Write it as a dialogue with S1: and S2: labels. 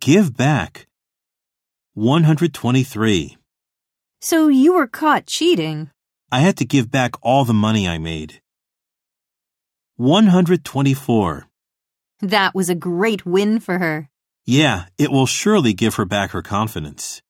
S1: Give back. 123.
S2: So you were caught cheating.
S1: I had to give back all the money I made. 124.
S2: That was a great win for her.
S1: Yeah, it will surely give her back her confidence.